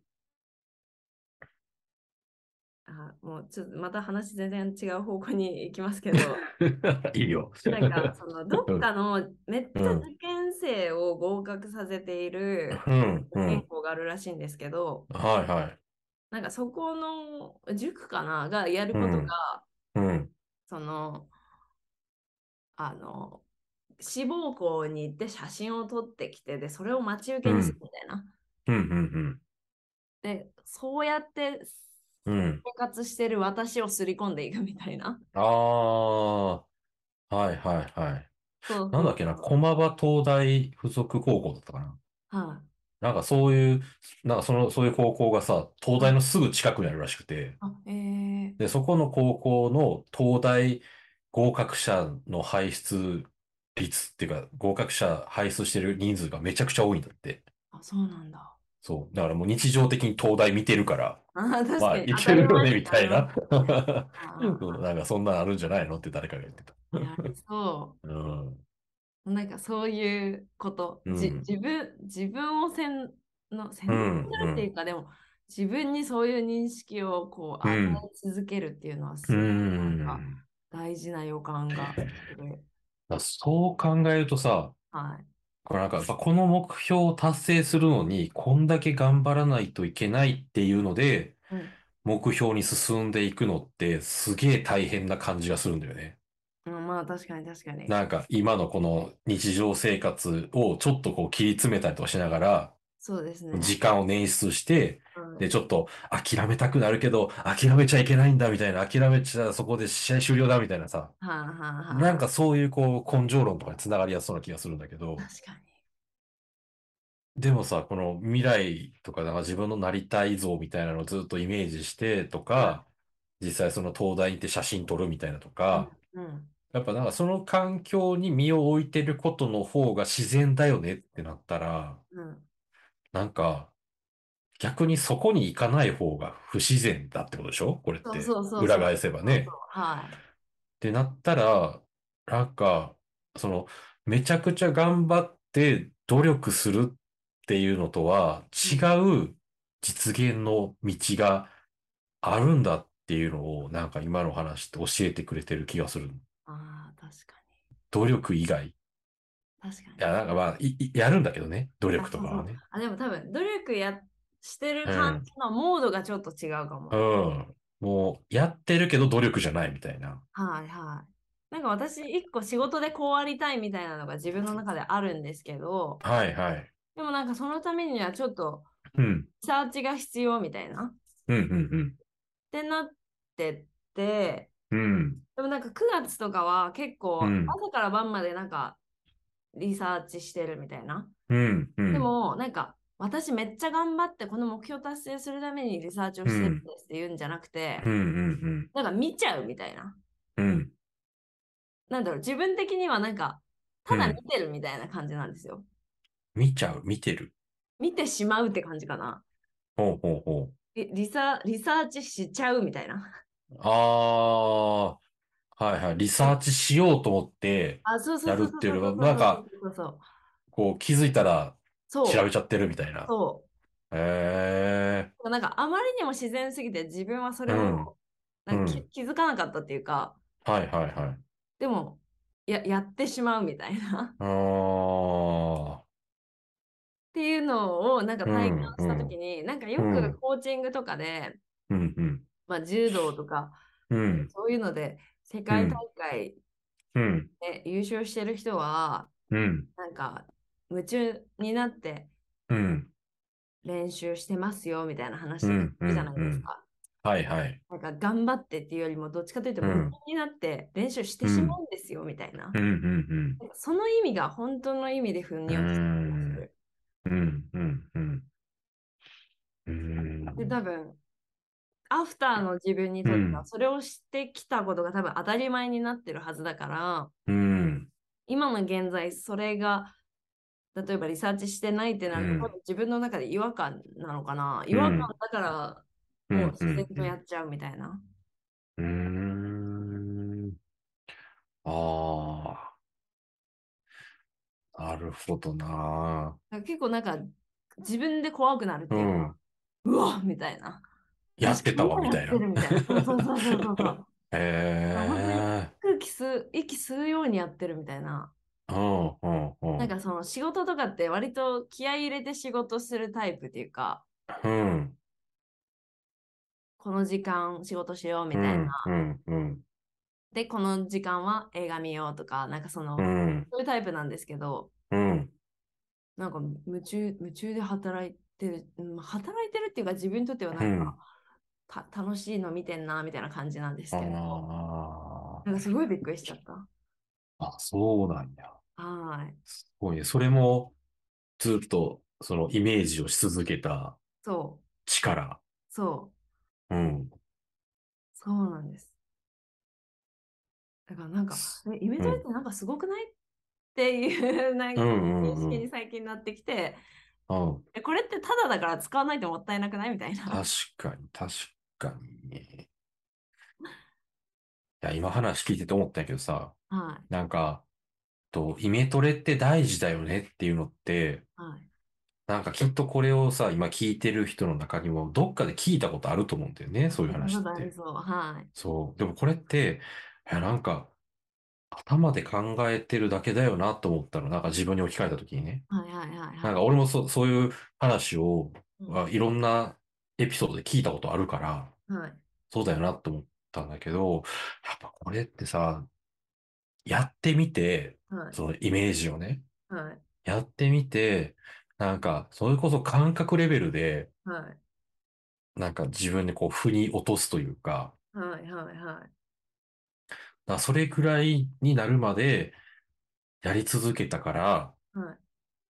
[SPEAKER 1] あもうちょっとまた話全然違う方向に行きます
[SPEAKER 2] (laughs)
[SPEAKER 1] けど、
[SPEAKER 2] いいよ。
[SPEAKER 1] なんかそのどっかのめっちゃ受験生を合格させている
[SPEAKER 2] うん、う
[SPEAKER 1] 学
[SPEAKER 2] ん。
[SPEAKER 1] 校があるらしいんですけど、
[SPEAKER 2] はいはい。
[SPEAKER 1] なんかそこの塾かながやることが、
[SPEAKER 2] うんうん、
[SPEAKER 1] そのあの志望校に行って写真を撮ってきてでそれを待ち受けにするみたいな。
[SPEAKER 2] うん、うん、
[SPEAKER 1] でそうやって
[SPEAKER 2] うん。うん。
[SPEAKER 1] 生活してる私を刷り込んでいくみたいな。
[SPEAKER 2] ああ、はいはいはい。
[SPEAKER 1] そう
[SPEAKER 2] なんだっけな、駒場東大附属高校だったかな。
[SPEAKER 1] はい。
[SPEAKER 2] なんかそういう、なんかその、そういう高校がさ、東大のすぐ近くにあるらしくて、
[SPEAKER 1] あ、えー、
[SPEAKER 2] で、そこの高校の東大合格者の輩出率っていうか、合格者輩出してる人数がめちゃくちゃ多いんだって。
[SPEAKER 1] あ、そうなんだ。 (laughs)
[SPEAKER 2] そう。だからもう日常的に東大見てるから、
[SPEAKER 1] あ、確
[SPEAKER 2] ま
[SPEAKER 1] か
[SPEAKER 2] あ、
[SPEAKER 1] に。
[SPEAKER 2] いけるよね、み
[SPEAKER 1] 当
[SPEAKER 2] た
[SPEAKER 1] り
[SPEAKER 2] い
[SPEAKER 1] 前
[SPEAKER 2] な。
[SPEAKER 1] あー
[SPEAKER 2] (laughs) そうなんかそんなんあるんじゃないのって誰かが言ってた。
[SPEAKER 1] やりそ
[SPEAKER 2] うん。
[SPEAKER 1] う。なんかそういうこと。じ
[SPEAKER 2] うん
[SPEAKER 1] 自分、自分をせんの、せん
[SPEAKER 2] うん
[SPEAKER 1] するっていうか、でも、自分にそういう認識をこう、
[SPEAKER 2] う
[SPEAKER 1] 与
[SPEAKER 2] ん
[SPEAKER 1] え続けるっていうのは、す
[SPEAKER 2] う
[SPEAKER 1] ごい
[SPEAKER 2] ん。
[SPEAKER 1] なんか大事な予感がする。
[SPEAKER 2] だそう考えるとさ、
[SPEAKER 1] はい。
[SPEAKER 2] これなんかやっぱこの目標を達成するのに、こんだけ頑張らないといけないっていうので、
[SPEAKER 1] うん
[SPEAKER 2] 目標に進んでいくのってすげえ大変な感じがするんだよね。
[SPEAKER 1] うん、まあ、確かに確かに。
[SPEAKER 2] なんか今のこの日常生活をちょっとこう切り詰めたりとかしながら、
[SPEAKER 1] そうですね。
[SPEAKER 2] 時間を捻出して、
[SPEAKER 1] うん
[SPEAKER 2] で、ちょっと諦めたくなるけど、諦めちゃいけないんだみたいな、諦めちゃそこで試合終了だみたいなさ、
[SPEAKER 1] はいはいはい。
[SPEAKER 2] なんかそういうこう根性論とかにつながりやすそうな気がするんだけど、
[SPEAKER 1] 確かに。
[SPEAKER 2] でもさ、この未来とか、なんか自分のなりたい像みたいなのをずっとイメージしてとか、実際その東大に行って写真撮るみたいなとか、
[SPEAKER 1] うん。
[SPEAKER 2] やっぱなんかその環境に身を置いてることの方が自然だよねってなったら、
[SPEAKER 1] うん。
[SPEAKER 2] なんか逆にそこに行かない方が不自然だってことでしょこれっ
[SPEAKER 1] そう
[SPEAKER 2] て
[SPEAKER 1] そうそうそう
[SPEAKER 2] 裏返せばね。っ
[SPEAKER 1] はい。
[SPEAKER 2] てなったら、なんか、そのめちゃくちゃ頑張って努力するっていうのとは違う実現の道があるんだっていうのをなんか今の話って教えてくれてる気がする。
[SPEAKER 1] ああ、確か
[SPEAKER 2] 努力以外。い
[SPEAKER 1] に。確かに。
[SPEAKER 2] や、なんかまあ、いいやるんだけどね。努力とかはね。
[SPEAKER 1] あ、でも多分、努力やしてる感じのモードがちょっと違うかも。
[SPEAKER 2] う
[SPEAKER 1] はい
[SPEAKER 2] ん。もう、やってるけど努力じゃないみたいな。
[SPEAKER 1] はい。なんか私、一個仕事でこうありたいみたいなのが自分の中であるんですけど、
[SPEAKER 2] はいはい。
[SPEAKER 1] でもなんかそのためにはちょっと
[SPEAKER 2] うん。
[SPEAKER 1] リサーチが必要みたいな。っ
[SPEAKER 2] うんうん
[SPEAKER 1] てなってって、
[SPEAKER 2] うん。うん。
[SPEAKER 1] でもなんか9月とかは結構
[SPEAKER 2] うん
[SPEAKER 1] 朝から晩までなんかリサーチしてるみたいな。
[SPEAKER 2] うんうん。
[SPEAKER 1] でもなんか私めっちゃ頑張ってこの目標達成するためにリサーチをしてるんですって言うんじゃなくて、
[SPEAKER 2] うんうん
[SPEAKER 1] なんか見ちゃうみたいな。
[SPEAKER 2] うん。うん。
[SPEAKER 1] なんだろう、自分的にはなんかただ
[SPEAKER 2] うん
[SPEAKER 1] 見てるみたいな感じなんですよ。
[SPEAKER 2] 見ちゃう、見てる。
[SPEAKER 1] 見てしまうって感じかな。
[SPEAKER 2] ほうほうほ
[SPEAKER 1] リリサリサーチしちゃうみたいな。
[SPEAKER 2] う。あー。はいはい。リサーチしようと思って、
[SPEAKER 1] あ、そうそうそうそう
[SPEAKER 2] やるっていうよりは
[SPEAKER 1] そう
[SPEAKER 2] なんか
[SPEAKER 1] そうそう
[SPEAKER 2] こう気づいたら
[SPEAKER 1] そうそう
[SPEAKER 2] 調べちゃってるみたいな。
[SPEAKER 1] そう。
[SPEAKER 2] へえ。
[SPEAKER 1] なんかあまりにも自然すぎて自分はそれを
[SPEAKER 2] うん
[SPEAKER 1] なんかき
[SPEAKER 2] う
[SPEAKER 1] 気づかなかったっていうか、
[SPEAKER 2] はいはいはい。
[SPEAKER 1] でもややってしまうみたいな (laughs) っ
[SPEAKER 2] あー。
[SPEAKER 1] ていうのをなんか体感
[SPEAKER 2] う
[SPEAKER 1] し
[SPEAKER 2] んう
[SPEAKER 1] た
[SPEAKER 2] ん
[SPEAKER 1] 時に、なんかよ
[SPEAKER 2] うん
[SPEAKER 1] くコーチングとかで、
[SPEAKER 2] うんうん。
[SPEAKER 1] まあ、柔道とか
[SPEAKER 2] うん
[SPEAKER 1] そういうので世界大会
[SPEAKER 2] うん
[SPEAKER 1] で優勝してる人は
[SPEAKER 2] うん
[SPEAKER 1] なんか夢中になって
[SPEAKER 2] うん。
[SPEAKER 1] 練習してますよみたいな話するじゃないですか。
[SPEAKER 2] はいはい。
[SPEAKER 1] なんか頑張ってっていうよりもどっちかというと
[SPEAKER 2] うん
[SPEAKER 1] 夢中になって練習してしまうんですよみたいな。
[SPEAKER 2] うんうん
[SPEAKER 1] なんかその意味が本当の意味で腑に落ちた気がする。
[SPEAKER 2] うん。うんうんうん。うん。
[SPEAKER 1] で、多分、アフターの自分にとって
[SPEAKER 2] う
[SPEAKER 1] は、それをしてきたことが多分当たり前になってるはずだから、
[SPEAKER 2] うん。
[SPEAKER 1] 今の現在、それが、例えばリサーチしてないってなると、
[SPEAKER 2] うん
[SPEAKER 1] 今度自分の中で違和感なのかな。違和感だか
[SPEAKER 2] う
[SPEAKER 1] ら、もう自然とや
[SPEAKER 2] ん
[SPEAKER 1] っちゃうみたいな。
[SPEAKER 2] うん。ああ。なるほどな。
[SPEAKER 1] だから結構なんか、自分で怖くなるって
[SPEAKER 2] う
[SPEAKER 1] いうか、
[SPEAKER 2] ん。
[SPEAKER 1] うわみたいな。
[SPEAKER 2] やってたわ、みたい
[SPEAKER 1] やってる
[SPEAKER 2] な。
[SPEAKER 1] みたいな。そうそうそう
[SPEAKER 2] (laughs)
[SPEAKER 1] そうそう。
[SPEAKER 2] へえ。
[SPEAKER 1] 空気吸う、息吸うようにやってるみたいな。
[SPEAKER 2] うんうんうん。
[SPEAKER 1] なんかその仕事とかって割と気合い入れて仕事するタイプっていうか、
[SPEAKER 2] うん。
[SPEAKER 1] この時間仕事しようみ
[SPEAKER 2] う
[SPEAKER 1] たいな。
[SPEAKER 2] んうんうん。
[SPEAKER 1] で、この時間は映画見ようとか、なんかその、
[SPEAKER 2] うん
[SPEAKER 1] そういうタイプなんですけど、
[SPEAKER 2] うん。
[SPEAKER 1] なんか夢中、夢中で働いてる、うん働いてるっていうか自分にとってはなんか、た楽しいの見てんなみたいな感じなんですけど、
[SPEAKER 2] あ
[SPEAKER 1] なんかすごいびっくりしちゃった。
[SPEAKER 2] あ。あ、そうなんや。
[SPEAKER 1] はーい。
[SPEAKER 2] すごいね。それも、ずっと、そのイメージをし続けた
[SPEAKER 1] そう、
[SPEAKER 2] 力。
[SPEAKER 1] そう、
[SPEAKER 2] うん。
[SPEAKER 1] そうなんです。だからなんか、えイメトレってなんかすごくないっていう、なん
[SPEAKER 2] う
[SPEAKER 1] か、
[SPEAKER 2] んうん
[SPEAKER 1] 認
[SPEAKER 2] う
[SPEAKER 1] 識に
[SPEAKER 2] ん。
[SPEAKER 1] 最近なってきて、
[SPEAKER 2] うん。
[SPEAKER 1] えこれってただだから使わないともったいなくないみたいな。
[SPEAKER 2] 確かに、確かにね。いや、今話聞いてて思ったんやけどさ、
[SPEAKER 1] はい。
[SPEAKER 2] なんか、と、イメトレって大事だよねっていうのって、
[SPEAKER 1] はい。
[SPEAKER 2] なんかきっとこれをさ、今聞いてる人の中にも、どっかで聞いたことあると思うんだよね、そういう話
[SPEAKER 1] そ
[SPEAKER 2] っ
[SPEAKER 1] うだ
[SPEAKER 2] て
[SPEAKER 1] ね、。そう。はい。
[SPEAKER 2] そう。でもこれって、いや、なんか、頭で考えてるだけだよなと思ったの。なんか自分に置き換えた時にね。
[SPEAKER 1] はいはいはい
[SPEAKER 2] なん
[SPEAKER 1] はい。
[SPEAKER 2] か俺もそ、そういう話を、
[SPEAKER 1] うん
[SPEAKER 2] あいろんなエピソードで聞いたことあるから、
[SPEAKER 1] はい。
[SPEAKER 2] そうだよなと思ったんだけど、やっぱこれってさ、やってみて、
[SPEAKER 1] はい。
[SPEAKER 2] そのイメージをね、
[SPEAKER 1] はい。
[SPEAKER 2] やってみて、なんか、それこそ感覚レベルで、
[SPEAKER 1] はい。
[SPEAKER 2] なんか自分でこう、腑に落とすというか、
[SPEAKER 1] はいはいはい。
[SPEAKER 2] だからそれくらいになるまでやり続けたから、
[SPEAKER 1] はい。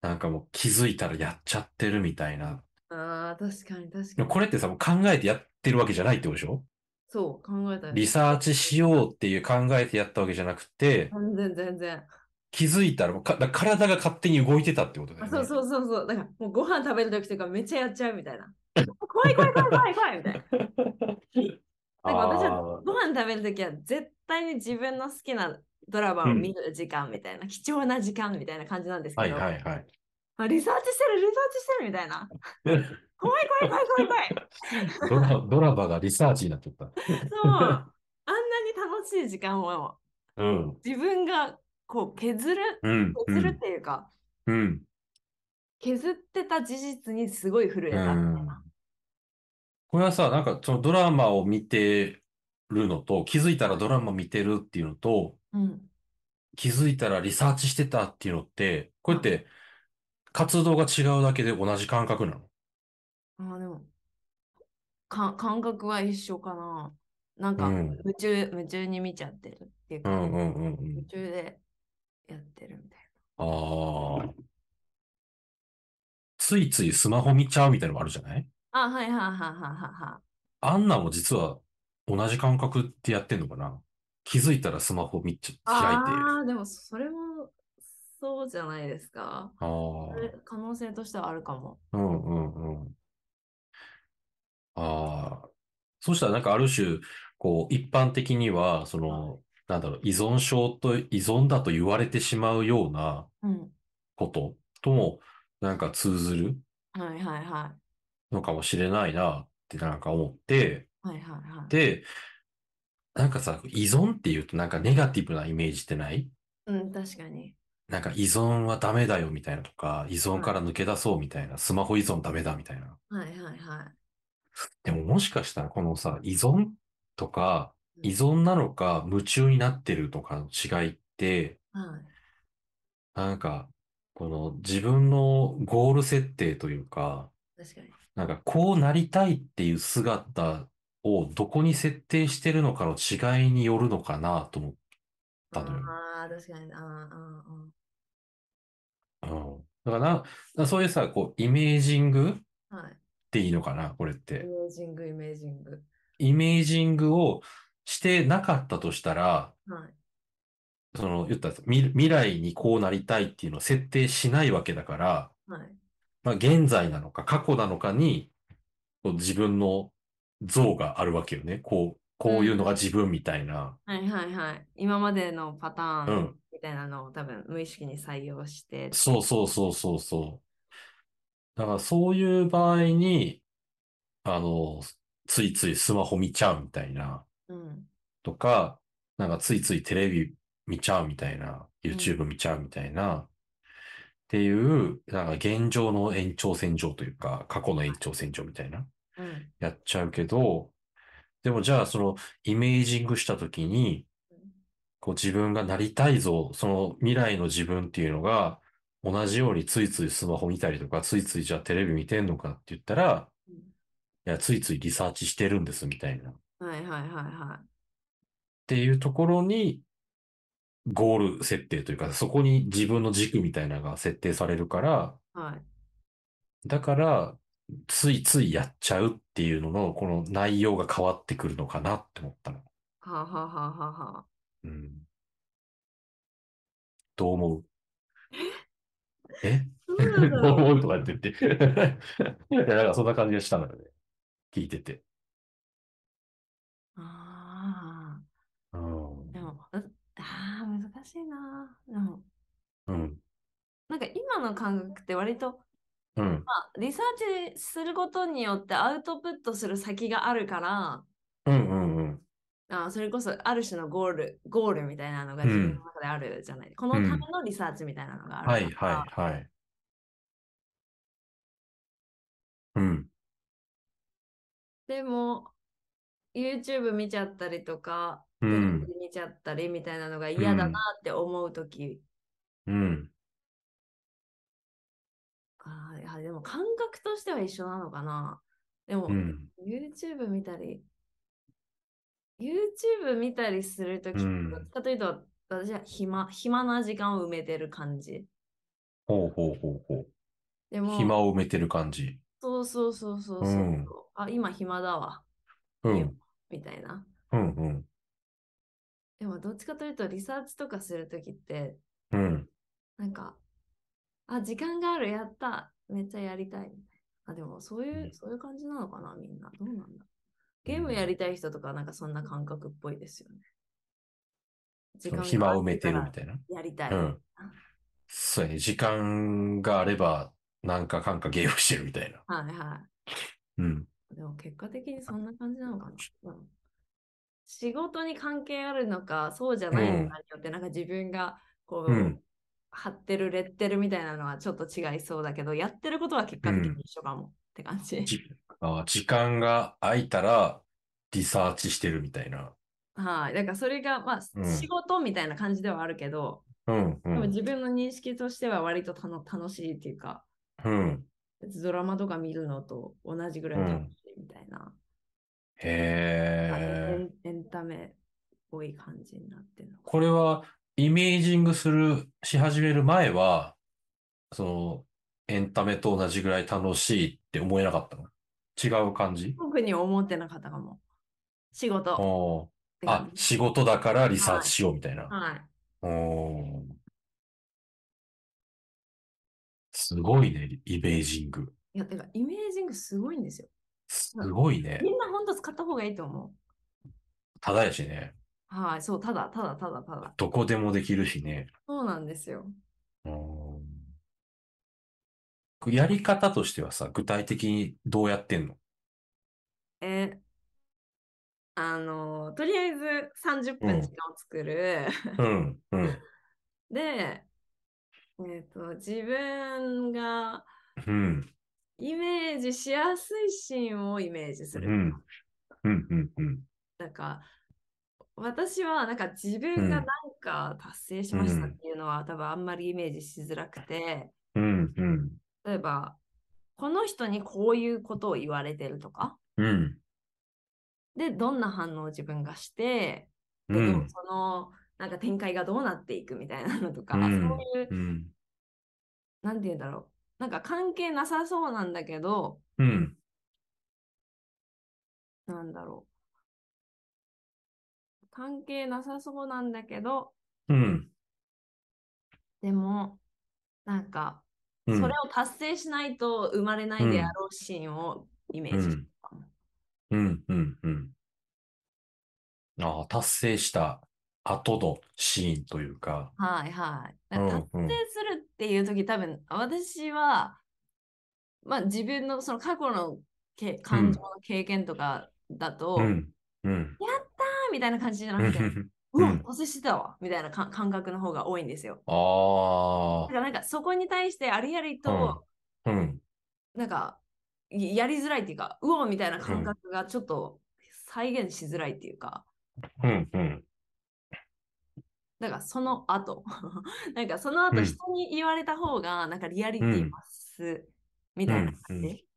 [SPEAKER 2] なんかもう気づいたらやっちゃってるみたいな。
[SPEAKER 1] ああ、確かに確
[SPEAKER 2] で
[SPEAKER 1] かに。
[SPEAKER 2] もこれってさ、もう考えてやってるわけじゃないってことでしょ
[SPEAKER 1] そう、考えたら。
[SPEAKER 2] リサーチしようっていう考えてやったわけじゃなくて、
[SPEAKER 1] 全然全然。
[SPEAKER 2] 気づいたらもうか、だから体が勝手に動いてたってことだよ
[SPEAKER 1] あ
[SPEAKER 2] ね。
[SPEAKER 1] そうそうそうそう。だからもうご飯食べるときとかめっちゃやっちゃうみたい
[SPEAKER 2] (laughs)
[SPEAKER 1] な。怖い怖い怖い怖い怖いみたいな。
[SPEAKER 2] あー。
[SPEAKER 1] なんか私はご飯食べるときは絶対に自分の好きなドラマを見る時間みたいな、貴重な時間みたいな感じなんです
[SPEAKER 2] は
[SPEAKER 1] け
[SPEAKER 2] い
[SPEAKER 1] ど、
[SPEAKER 2] はいはい。
[SPEAKER 1] あリサーチしてる、リサーチしてるみたいな。怖い怖い怖い怖い怖い。
[SPEAKER 2] ドラ、ドラマがリサーチになっちゃった。
[SPEAKER 1] そう。あ
[SPEAKER 2] (laughs)
[SPEAKER 1] んなに楽しい時間を
[SPEAKER 2] うん。
[SPEAKER 1] 自分がこう削る、
[SPEAKER 2] うん。う
[SPEAKER 1] 削るっ
[SPEAKER 2] ん。
[SPEAKER 1] ていうか、
[SPEAKER 2] うん。
[SPEAKER 1] 削ってた事実にすごい震えたみたいな。
[SPEAKER 2] これはさ、なんか、そのドラマを見てるのと、気づいたらドラマ見てるっていうのと、
[SPEAKER 1] うん。
[SPEAKER 2] 気づいたらリサーチしてたっていうのって、こうやって活動が違うだけで同じ感覚なの
[SPEAKER 1] ああ、でも、か、感覚は一緒かな。なんか、
[SPEAKER 2] うん
[SPEAKER 1] 夢中、夢中に見ちゃってるっていう
[SPEAKER 2] う
[SPEAKER 1] か、
[SPEAKER 2] んうんうんう
[SPEAKER 1] 夢
[SPEAKER 2] ん。
[SPEAKER 1] 中でやってるみたい
[SPEAKER 2] ああ。ついついスマホ見ちゃうみたいなのもあるじゃない
[SPEAKER 1] な。あ、はいはいはいはいはいはい。
[SPEAKER 2] あんなんも実は同じ感覚ってやってんのかな気づいたらスマホ見ちゃ、開いて。
[SPEAKER 1] ああ、でもそれもそうじゃないですか。
[SPEAKER 2] あ
[SPEAKER 1] そ
[SPEAKER 2] あ。
[SPEAKER 1] れ可能性としてはあるかも。
[SPEAKER 2] うんうんうん。ああ。そうしたらなんかある種、こう、一般的には、その、なんだろう、依存症と依存だと言われてしまうような
[SPEAKER 1] うん。
[SPEAKER 2] こととも、なんか通ずる
[SPEAKER 1] はいはいは
[SPEAKER 2] のかもしれないなってなんか思って、
[SPEAKER 1] い。はいはいはい。
[SPEAKER 2] で、なんかさ、依存っていうとなんかネガティブなイメージってない
[SPEAKER 1] うん、確かに。
[SPEAKER 2] なんか依存はダメだよみたいなとか、依存から抜け出そうみたいな、スマホ依存ダメだみたいな。
[SPEAKER 1] はいはいは
[SPEAKER 2] でももしかしたらこのさ、依存とか、
[SPEAKER 1] うん
[SPEAKER 2] 依存なのか夢中になってるとかの違いって、
[SPEAKER 1] い。はい。
[SPEAKER 2] なんか、この自分のゴール設定というか、
[SPEAKER 1] 確かに。
[SPEAKER 2] なんかこうなりたいっていう姿をどこに設定してるのかの違いによるのかなと思ったのよ。
[SPEAKER 1] ああ、確かに。あーあー、
[SPEAKER 2] うん。だからな、だからそういうさ、こう、イメージングっ
[SPEAKER 1] あーはい。
[SPEAKER 2] ていいのかな、これっ
[SPEAKER 1] イ
[SPEAKER 2] て。
[SPEAKER 1] メージング、イメージング。
[SPEAKER 2] イメージングをしてなかったとしたら、
[SPEAKER 1] はい。
[SPEAKER 2] その、言ったら未、未来にこうなりたいっていうのを設定しないわけだから、
[SPEAKER 1] はい。
[SPEAKER 2] まあ、現在なのか過去なのかに、こう自分の像があるわけよね。こう、こういうのが自分みたいな。
[SPEAKER 1] はいはいはい。今までのパタ
[SPEAKER 2] う
[SPEAKER 1] ーン
[SPEAKER 2] ん。
[SPEAKER 1] みたいなのを多分無意識に採用して。
[SPEAKER 2] そうそうそうそうそう。だからそういう場合に、あの、ついついスマホ見ちゃうみたいな、
[SPEAKER 1] うん。
[SPEAKER 2] とか、なんかついついテレビ見ちゃうみたいな、YouTube 見ちゃうみたいな、っていう、なんか現状の延長線上というか、過去の延長線上みたいな、 (laughs)
[SPEAKER 1] うん。
[SPEAKER 2] やっちゃうけど、でもじゃあそのイメージングした時に、こう自分がなりたいぞ、その未来の自分っていうのが、同じようについついスマホ見たりとか、ついついじゃあテレビ見てんのかって言ったら、
[SPEAKER 1] う
[SPEAKER 2] い
[SPEAKER 1] ん
[SPEAKER 2] や、ついついリサーチしてるんですみたいな。っ
[SPEAKER 1] はいはいはいは
[SPEAKER 2] ていうところに、ゴール設定というか、そこに自分の軸みたいなのが設定されるから、
[SPEAKER 1] い。はい。
[SPEAKER 2] だから、ついついやっちゃうっていうのの、この内容が変わってくるのかなって思ったの。
[SPEAKER 1] はあ、はあはあは
[SPEAKER 2] (laughs)
[SPEAKER 1] あはあ、
[SPEAKER 2] うん。どう思うえ
[SPEAKER 1] ど
[SPEAKER 2] ど
[SPEAKER 1] うなんだ
[SPEAKER 2] う
[SPEAKER 1] ろう
[SPEAKER 2] 思うとかって言 (laughs) って。いや、なんかそんな感じがしたのよね。聞いてて。
[SPEAKER 1] あ
[SPEAKER 2] うん
[SPEAKER 1] ーで。も、うあー難しいな。でも、
[SPEAKER 2] うん。
[SPEAKER 1] なんか今の感覚って割と、
[SPEAKER 2] うん。
[SPEAKER 1] まあ、リサーチすることによってアウトプットする先があるから、
[SPEAKER 2] うんうんうん。
[SPEAKER 1] あーそれこそある種のゴール、ゴールみたいなのが自分の中であるじゃない。このためのリサーチみたいなのがあるから。
[SPEAKER 2] はいはいはい。うん。
[SPEAKER 1] でも、YouTube 見ちゃったりとか、
[SPEAKER 2] う
[SPEAKER 1] テレ
[SPEAKER 2] ん
[SPEAKER 1] ビ。見ちゃったりみたいなのが嫌だ
[SPEAKER 2] うん
[SPEAKER 1] なって思うとき、
[SPEAKER 2] うん。
[SPEAKER 1] あーいやでも感覚としては一緒なのかな。でも、
[SPEAKER 2] うん。
[SPEAKER 1] YouTube 見たり、YouTube 見たりするとき、
[SPEAKER 2] うん
[SPEAKER 1] どっちかというと、私は暇、暇な時間を埋めてる感じ。
[SPEAKER 2] ほうほうほうほ
[SPEAKER 1] で
[SPEAKER 2] う。
[SPEAKER 1] も、
[SPEAKER 2] 暇を埋めてる感じ。
[SPEAKER 1] そうそうそうそうそう、
[SPEAKER 2] うん
[SPEAKER 1] あ、今暇だわ、
[SPEAKER 2] うん。
[SPEAKER 1] みたいな。
[SPEAKER 2] うんうん。
[SPEAKER 1] でも、どっちかというと、リサーチとかするときって、
[SPEAKER 2] うん。
[SPEAKER 1] なんか、あ、時間がある、やった、めっちゃやりたい。あ、でも、そういうう、
[SPEAKER 2] ん
[SPEAKER 1] そういう感じなのかな、みんな。どうなんだ。ゲームやりたい人とか、なんかそんな感覚っぽいですよね。時
[SPEAKER 2] その
[SPEAKER 1] が
[SPEAKER 2] 暇を埋めて
[SPEAKER 1] あ
[SPEAKER 2] る
[SPEAKER 1] る
[SPEAKER 2] みたいな。
[SPEAKER 1] からやりたい。
[SPEAKER 2] うん。そうやね、時間があれば、なんかかんかゲームしてるみたいな。
[SPEAKER 1] はいは
[SPEAKER 2] うん。
[SPEAKER 1] い。でも結果的にそんな感じなのかな。うん仕事に関係あるのか、そうじゃないのかによって、なんか自分がこう、
[SPEAKER 2] うん
[SPEAKER 1] 張ってる、レッテルみたいなのはちょっと違いそうだけど、やってることは結果的に一緒かも、って感じ。
[SPEAKER 2] じあ時間が空いたら、リサーチしてるみたいな。
[SPEAKER 1] はい。だからそれが、まあ、
[SPEAKER 2] うん
[SPEAKER 1] 仕事みたいな感じではあるけど、
[SPEAKER 2] うん、う
[SPEAKER 1] でも
[SPEAKER 2] ん、
[SPEAKER 1] 自分の認識としては割とたの楽しいっていうか、
[SPEAKER 2] うん。
[SPEAKER 1] ドラマとか見るのと同じぐらい楽しいみたいな、エ
[SPEAKER 2] へえ。
[SPEAKER 1] ンエンタメっぽい感じになってるのか。
[SPEAKER 2] これは、イメージングする、し始める前は、その、エンタメと同じぐらい楽しいって思えなかったの違う感じ
[SPEAKER 1] 特に思ってなかったかも。仕事っ
[SPEAKER 2] おー
[SPEAKER 1] て
[SPEAKER 2] あ
[SPEAKER 1] 感、じ。
[SPEAKER 2] 仕事だからリサーチしようみたいな。
[SPEAKER 1] はい。
[SPEAKER 2] おーすごいね、イメージング。
[SPEAKER 1] いや、てか、イメージングすごいんですよ。
[SPEAKER 2] すごいね。
[SPEAKER 1] みんなほんと使った方がいいと思
[SPEAKER 2] ただやしね。
[SPEAKER 1] う。はい、そう、ただ、ただ、ただ、ただ。
[SPEAKER 2] どこでもできるしね。
[SPEAKER 1] そうなんですよ。
[SPEAKER 2] うんやり方としてはさ、具体的にどうやってんの
[SPEAKER 1] え、あの、とりあえず30分時間を作る。 (laughs)
[SPEAKER 2] うん、うん、
[SPEAKER 1] で、えっと、自分が
[SPEAKER 2] うん、
[SPEAKER 1] イメージしやすいシーンをイメージす
[SPEAKER 2] う
[SPEAKER 1] る。
[SPEAKER 2] ん、うん、うん、うん、
[SPEAKER 1] なんか私はなんか自分が
[SPEAKER 2] う
[SPEAKER 1] なんんか達成しました
[SPEAKER 2] うん
[SPEAKER 1] っていうのは、多分あんまりイメージしづらくて
[SPEAKER 2] うん、うん、
[SPEAKER 1] 例えばこの人にこういうことを言われてるとか
[SPEAKER 2] うん、
[SPEAKER 1] でどんな反応を自分がしてで
[SPEAKER 2] う、
[SPEAKER 1] どうんそのなんか展開がどうなっていくみたいなのとか、
[SPEAKER 2] うん
[SPEAKER 1] そういう
[SPEAKER 2] うん、
[SPEAKER 1] なんて言うんだろうなんか関係なさそうなんだけど
[SPEAKER 2] うん、
[SPEAKER 1] なんだろう関係なさそうなんだけど
[SPEAKER 2] うん、
[SPEAKER 1] でもなんか
[SPEAKER 2] う
[SPEAKER 1] そ
[SPEAKER 2] ん
[SPEAKER 1] れ、を達成しないと生まれないであろうシーンをイメージしてるかも
[SPEAKER 2] うん、うん、うん。ああ、達成した後のシーンというか。
[SPEAKER 1] はいはい。
[SPEAKER 2] う
[SPEAKER 1] だから達
[SPEAKER 2] ん、うん
[SPEAKER 1] 成、するっていう時多分私は、まあ、自分のその過去のけ感情の経験とかだと、
[SPEAKER 2] う
[SPEAKER 1] あー
[SPEAKER 2] ん、うん、
[SPEAKER 1] みたいな感じじゃ
[SPEAKER 2] う
[SPEAKER 1] なくて、
[SPEAKER 2] ん。
[SPEAKER 1] うわ
[SPEAKER 2] うん
[SPEAKER 1] 達成してたわみたいなか感覚の方が多いんですよ。
[SPEAKER 2] あ
[SPEAKER 1] だからなんかそこに対してありありと、
[SPEAKER 2] あ、うん、
[SPEAKER 1] なんかいやりづらいっていうかうおみたいな感覚がちょっと再現しづらいっていうか。
[SPEAKER 2] うん、うん、
[SPEAKER 1] なんかその後 (laughs) なんかその後
[SPEAKER 2] うん
[SPEAKER 1] 人に言われた方がなんかリアリティ増すみたいな感じ、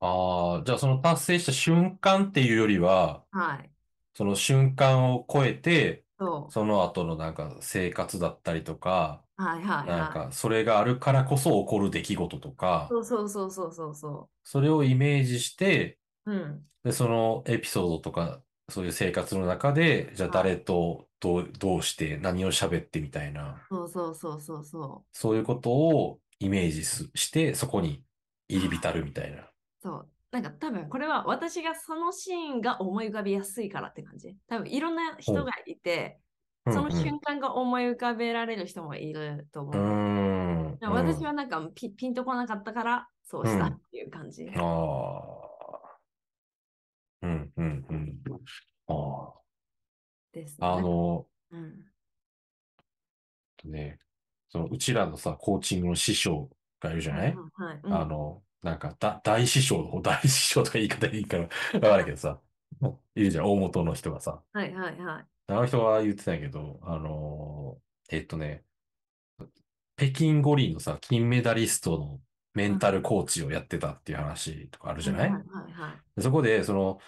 [SPEAKER 2] ああ、じゃあその達成した瞬間っていうよりは、
[SPEAKER 1] はい
[SPEAKER 2] その瞬間を超えて、
[SPEAKER 1] そ
[SPEAKER 2] その後のなんか生活だったりとか、
[SPEAKER 1] うはいはいはい
[SPEAKER 2] なんかそれがあるからこそ起こる出来事とか
[SPEAKER 1] そ、うそうそうそうそうそ
[SPEAKER 2] それをイメージして、
[SPEAKER 1] ううん
[SPEAKER 2] で、そのエピソードとか、そういう生活の中で、じゃあ誰とどう、どうして何を喋ってみたいな、
[SPEAKER 1] そうそうそうそうそ
[SPEAKER 2] そういうことをイメージす、して、そこに入り浸るみたいな。
[SPEAKER 1] うそうなんか多分これは私がそのシーンが思い浮かびやすいからって感じ多分いろんな人がいて
[SPEAKER 2] うん
[SPEAKER 1] その瞬間が思い浮かべられる人もいると思
[SPEAKER 2] う
[SPEAKER 1] う、
[SPEAKER 2] ん。うーん。
[SPEAKER 1] でも私はなんかピ,、ピンとこなかったからそうしたっていう感じ、
[SPEAKER 2] ああ。うん、うん、うん。あ
[SPEAKER 1] ですね
[SPEAKER 2] あ。あの、
[SPEAKER 1] うん
[SPEAKER 2] ね、その、うちらのさ、コーチングの師匠がいるじゃな
[SPEAKER 1] はい
[SPEAKER 2] い
[SPEAKER 1] はいうん
[SPEAKER 2] あの、なんか、だ、大師匠、大師匠とか言い方いい
[SPEAKER 1] (laughs)
[SPEAKER 2] から、わからんけどさ、いるじゃん、大元の人がさ。
[SPEAKER 1] はいはいはい。
[SPEAKER 2] あの人は言ってたんやけど、あのーえっとね、北京五輪のさ、金メダリストのメンタルコーチをやってたっていう話とかあるじゃない
[SPEAKER 1] はいはいはい。
[SPEAKER 2] そこで、その、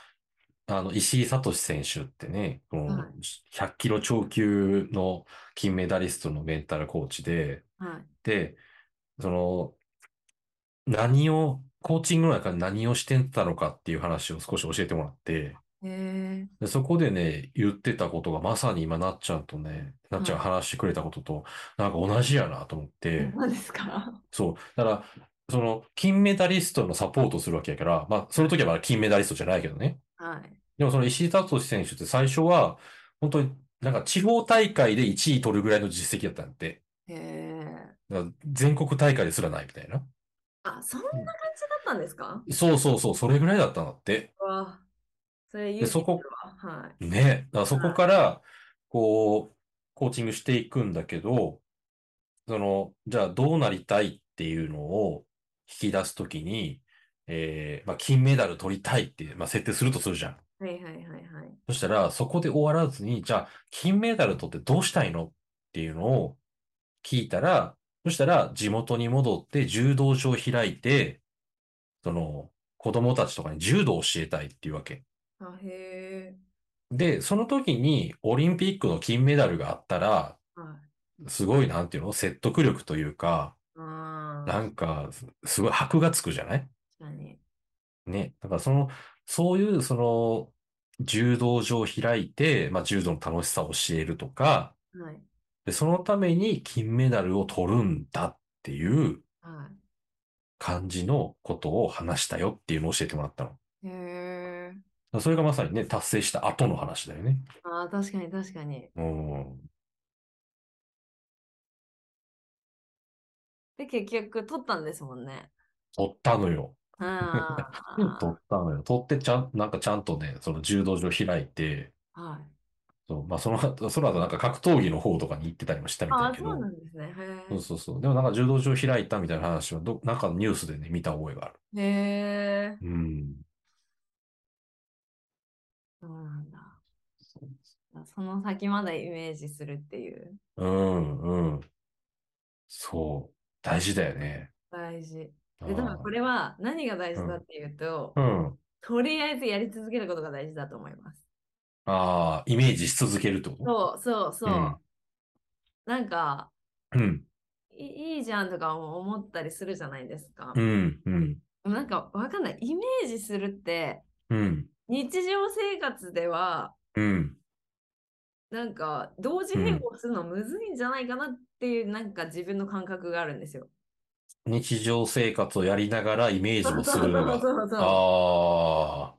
[SPEAKER 2] あの、石井聡選手ってね、この
[SPEAKER 1] はい
[SPEAKER 2] 100キロ超級の金メダリストのメンタルコーチで、
[SPEAKER 1] はい
[SPEAKER 2] で、その、何を、コーチングの中で何をしてたのかっていう話を少し教えてもらって、
[SPEAKER 1] へえ。
[SPEAKER 2] で、そこでね、言ってたことがまさに今なっちゃんとね、なっちゃんが
[SPEAKER 1] は
[SPEAKER 2] 話してくれたことと、なんか同じやなと思って、
[SPEAKER 1] 何ですか (laughs)
[SPEAKER 2] そう。だから、その、金メダリストのサポートをするわけやから、まあ、その時はまだ金メダリストじゃないけどね。
[SPEAKER 1] はい。
[SPEAKER 2] でもその石井達志選手って最初は、本当になんか地方大会で1位取るぐらいの実績だったんで、
[SPEAKER 1] へえ。
[SPEAKER 2] だから全国大会ですらないみたいな。
[SPEAKER 1] あ、そんな感じだったんですか
[SPEAKER 2] そうそうそう、それぐらいだったんだって。
[SPEAKER 1] うわそれ
[SPEAKER 2] で、
[SPEAKER 1] 勇気
[SPEAKER 2] そ
[SPEAKER 1] い
[SPEAKER 2] こ
[SPEAKER 1] る、わ。はい。
[SPEAKER 2] ね、だからそこから、こう、コーチングしていくんだけど、その、じゃあどうなりたいっていうのを引き出すときに、えー、まあ、金メダル取りたいって、まあ、設定するとするじゃん。
[SPEAKER 1] はいはいはいはい。
[SPEAKER 2] そしたら、そこで終わらずに、じゃあ、金メダル取ってどうしたいのっていうのを聞いたら、そしたら、地元に戻って柔道場を開いて、その、子供たちとかに柔道を教えたいっていうわけ。
[SPEAKER 1] あ、へえ。
[SPEAKER 2] で、その時にオリンピックの金メダルがあったら、
[SPEAKER 1] はい。
[SPEAKER 2] すごいなんていうの説得力というか、
[SPEAKER 1] ああ、
[SPEAKER 2] なんか、すすごい箔がつくじゃない
[SPEAKER 1] 確かに。
[SPEAKER 2] ね。だからその、そういう、その、柔道場を開いて、まあ、柔道の楽しさを教えるとか、
[SPEAKER 1] はい。
[SPEAKER 2] で、そのために金メダルを取るんだっていう
[SPEAKER 1] は
[SPEAKER 2] 感じのことを話したよっていうのを教えてもらったの。だか
[SPEAKER 1] い。へえ。
[SPEAKER 2] らそれがまさにね、達成した後の話だよね。
[SPEAKER 1] ああ、確かに確かに。
[SPEAKER 2] うん。
[SPEAKER 1] で、結局取ったんですもんね。
[SPEAKER 2] 取ったのよ。
[SPEAKER 1] ああ。
[SPEAKER 2] (laughs) 取ったのよ。取ってちゃん、なんかちゃんとね、その柔道場開いて、
[SPEAKER 1] はい。
[SPEAKER 2] そう、まあその後、その後なんか格闘技の方とかに行ってたりもしたみたい
[SPEAKER 1] あ
[SPEAKER 2] だ
[SPEAKER 1] あ、
[SPEAKER 2] け
[SPEAKER 1] そう
[SPEAKER 2] ど
[SPEAKER 1] な、んですね。へ
[SPEAKER 2] そうそうそう。でもなんか柔道場開いたみたいな話はど、なんかニュースでね、見た覚えがある。
[SPEAKER 1] え。へえ。
[SPEAKER 2] うん。
[SPEAKER 1] そうなんだ。その先までイメージするっていう。
[SPEAKER 2] うん、うん。そう。大事だよね。
[SPEAKER 1] 大事。で、
[SPEAKER 2] あ
[SPEAKER 1] だから
[SPEAKER 2] ー
[SPEAKER 1] これは何が大事だっていうと、
[SPEAKER 2] うん。
[SPEAKER 1] とりあえずやり続けることが大事だと思います。
[SPEAKER 2] ああ、イメージし続けるってこ
[SPEAKER 1] そ
[SPEAKER 2] と
[SPEAKER 1] うそうそう。
[SPEAKER 2] うん
[SPEAKER 1] なんか、
[SPEAKER 2] うん、
[SPEAKER 1] いいいじゃんとか思ったりするじゃないですか。
[SPEAKER 2] うん、うん、
[SPEAKER 1] でもなんかわかんない。イメージするって、
[SPEAKER 2] うん、
[SPEAKER 1] 日常生活では、
[SPEAKER 2] うん。
[SPEAKER 1] なんか同時並行するのむずいんじゃないかなっていう、なんか自分の感覚があるんですよ。
[SPEAKER 2] 日常生活をやりながらイメージ
[SPEAKER 1] そ
[SPEAKER 2] を
[SPEAKER 1] う
[SPEAKER 2] す
[SPEAKER 1] そう
[SPEAKER 2] るの
[SPEAKER 1] そう
[SPEAKER 2] が。
[SPEAKER 1] そうそう。
[SPEAKER 2] ああ。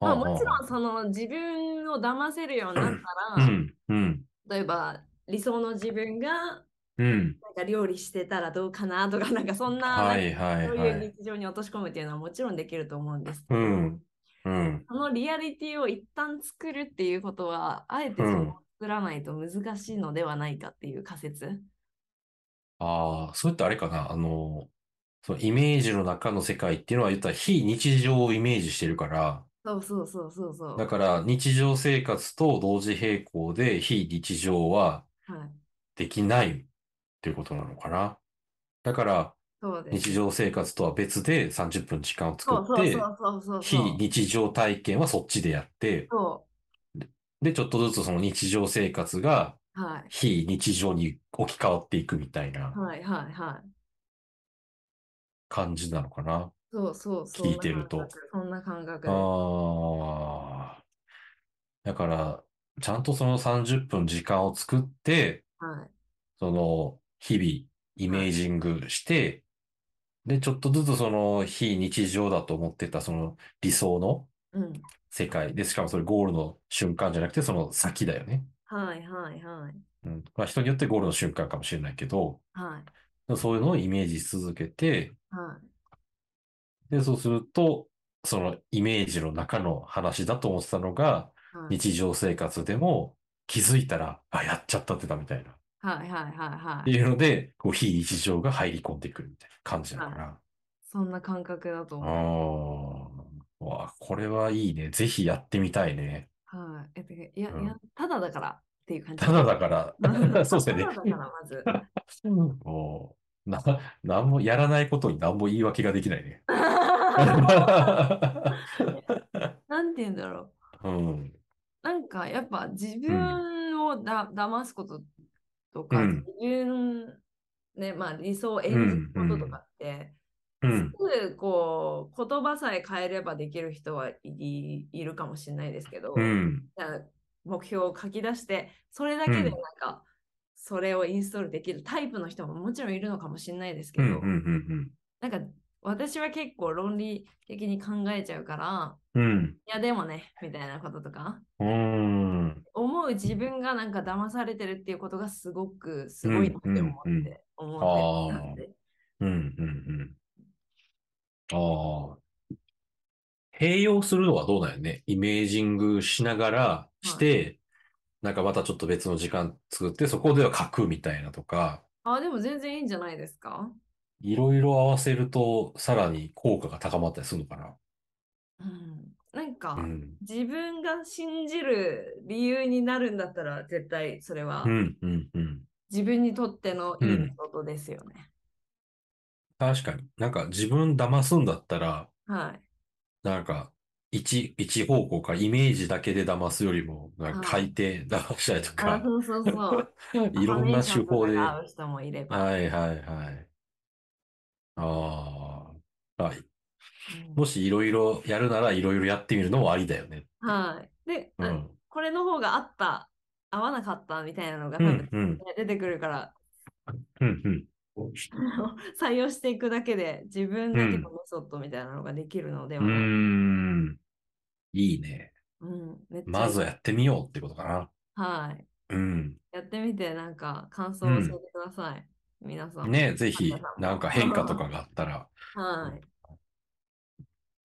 [SPEAKER 1] まあ
[SPEAKER 2] はあ
[SPEAKER 1] もちろ
[SPEAKER 2] は
[SPEAKER 1] んその自分を騙せるようになった
[SPEAKER 2] あ
[SPEAKER 1] ら、
[SPEAKER 2] うん、うん、
[SPEAKER 1] 例えば理想の自分が
[SPEAKER 2] うん。
[SPEAKER 1] なんか料理してたらどうかなとか、なんかそんな、
[SPEAKER 2] はい、はい、
[SPEAKER 1] そう
[SPEAKER 2] はいい。
[SPEAKER 1] う日常に落とし込むっていうのはもちろんできると思うんですけ
[SPEAKER 2] う
[SPEAKER 1] ど、
[SPEAKER 2] ん、うん、
[SPEAKER 1] そのリアリティを一旦作るっていうことは、あえてそこ
[SPEAKER 2] う
[SPEAKER 1] を
[SPEAKER 2] ん
[SPEAKER 1] 作らないと難しいのではないかっていう仮説。
[SPEAKER 2] ああ、それってあれかな、あの、そのイメージの中の世界っていうのは言ったら非日常をイメージしてるから、
[SPEAKER 1] そうそうそうそうそう。
[SPEAKER 2] だから日常生活と同時並行で非日常は
[SPEAKER 1] はい、
[SPEAKER 2] できないっていうことなのかな。だから、
[SPEAKER 1] そうです。
[SPEAKER 2] 日常生活とは別で30分時間を
[SPEAKER 1] そう
[SPEAKER 2] 作
[SPEAKER 1] そ
[SPEAKER 2] っ
[SPEAKER 1] う
[SPEAKER 2] て
[SPEAKER 1] そ、うそうそう
[SPEAKER 2] 非
[SPEAKER 1] そう。
[SPEAKER 2] 日常体験はそっちでやって、
[SPEAKER 1] そ
[SPEAKER 2] で、ちょっとずつその日常生活が
[SPEAKER 1] う。はい。
[SPEAKER 2] 非日常に置き換わっていくみたいな
[SPEAKER 1] はいはいはい。
[SPEAKER 2] 感じなのかな。
[SPEAKER 1] そうそうそう。
[SPEAKER 2] 聞いてると
[SPEAKER 1] そんな感覚。そんな感覚です
[SPEAKER 2] あー。だから、ちゃんとその30分時間を作って、
[SPEAKER 1] はい。
[SPEAKER 2] その、日々、イメージングして、で、ちょっとずつその、非日常だと思ってた、その、理想の
[SPEAKER 1] うん。
[SPEAKER 2] 世界。で、しかもそれゴールの瞬間じゃなくて、その先だよね。
[SPEAKER 1] はいはいはい。
[SPEAKER 2] うん。まあ人によってゴールの瞬間かもしれないけど、
[SPEAKER 1] はい
[SPEAKER 2] そういうのをイメージし続けて、
[SPEAKER 1] はい。
[SPEAKER 2] で、そうすると、そのイメージの中の話だと思ってたのが、
[SPEAKER 1] はい
[SPEAKER 2] 日常生活でも気づいたら、あ、やっちゃったってたみたいな。っ
[SPEAKER 1] はいはいはいは
[SPEAKER 2] て
[SPEAKER 1] い。
[SPEAKER 2] いうので、こう非日常が入り込んでくるみたいな感じなのかな。
[SPEAKER 1] そんな感覚だと
[SPEAKER 2] あ
[SPEAKER 1] 思う。
[SPEAKER 2] あ。わあ、これはいいね。ぜひやってみたいね。
[SPEAKER 1] はい。えてかいや、
[SPEAKER 2] うん
[SPEAKER 1] いや、ただだからっていう感じ。
[SPEAKER 2] ただだから、 (laughs) そうですよね
[SPEAKER 1] た。だだから、まず。
[SPEAKER 2] もう、な、なんもやらないことに何も言い訳ができな
[SPEAKER 1] (laughs)
[SPEAKER 2] い (laughs) ね。
[SPEAKER 1] なんて言うんだろ
[SPEAKER 2] うん、
[SPEAKER 1] う。なんか、やっぱ自分をだ、騙すこととか、
[SPEAKER 2] うん
[SPEAKER 1] 自分、ね、まあ理想を演じることとかって、
[SPEAKER 2] うん、
[SPEAKER 1] すぐこう、言葉さえ変えればできる人はい、いるかもしれないですけど、
[SPEAKER 2] うん、
[SPEAKER 1] じゃあ目標を書き出して、それだけで
[SPEAKER 2] うん
[SPEAKER 1] なんか、それをインストールできるタイプの人ももちろんいるのかもしれないですけ
[SPEAKER 2] う
[SPEAKER 1] ど、
[SPEAKER 2] ん、うん、
[SPEAKER 1] なんか私は結構論理的に考えちゃうから、
[SPEAKER 2] うん、
[SPEAKER 1] いやでもね、みたいなこととか、
[SPEAKER 2] うん、うん、
[SPEAKER 1] 思う自分がなんか騙されてるっていうことがすごくすごいなって思って、
[SPEAKER 2] うんうんうん
[SPEAKER 1] 思ってたんで。
[SPEAKER 2] うんうんうん。ああ。併用するのはどうなんやね。イメージングしながらして、なんかまたちょっと別の時間作って、そこでは書くみたいなとか、
[SPEAKER 1] あ、でも全然いいんじゃないですか
[SPEAKER 2] いろいろ合わせるとさらに効果が高まったりするのか
[SPEAKER 1] うん。なんか
[SPEAKER 2] な。う、ん。
[SPEAKER 1] 自分が信じる理由になるんだったら、絶対それは
[SPEAKER 2] うんうんうん。
[SPEAKER 1] 自分にとってのい
[SPEAKER 2] うん
[SPEAKER 1] いことですよね。
[SPEAKER 2] 確かに。なんか自分騙すんだったら、
[SPEAKER 1] はい。
[SPEAKER 2] なんか、一、一方向からイメージだけで騙すよりも、なんか書いて騙したりと
[SPEAKER 1] あ、
[SPEAKER 2] (laughs) か、
[SPEAKER 1] そうそう
[SPEAKER 2] (laughs)
[SPEAKER 1] そう。
[SPEAKER 2] いろんな手法
[SPEAKER 1] カーネー
[SPEAKER 2] で。
[SPEAKER 1] ションとかが合う人もいれば。
[SPEAKER 2] はいはいはい。ああ。はい。
[SPEAKER 1] うん
[SPEAKER 2] もしいろいろやるならいろいろやってみるのもありだよね。
[SPEAKER 1] はい。で、
[SPEAKER 2] う
[SPEAKER 1] あ
[SPEAKER 2] ん。
[SPEAKER 1] これの方が合った、合わなかったみたいなのが
[SPEAKER 2] う
[SPEAKER 1] 多分
[SPEAKER 2] んうん。
[SPEAKER 1] ね出てくるから、
[SPEAKER 2] うんうん。
[SPEAKER 1] あの (laughs) 採用していくだけで自分だけ
[SPEAKER 2] うん
[SPEAKER 1] のメソッドみたいなのができるので
[SPEAKER 2] う
[SPEAKER 1] はない、
[SPEAKER 2] ーん。いいね。
[SPEAKER 1] うんめっちゃいい
[SPEAKER 2] まずはやってみようってことかな。
[SPEAKER 1] はい。
[SPEAKER 2] うん。
[SPEAKER 1] やってみて、なんか感想を教えてください。皆さん。
[SPEAKER 2] ねぜひ
[SPEAKER 1] 皆さ、ん
[SPEAKER 2] なんか変化とかがあったら、
[SPEAKER 1] はい、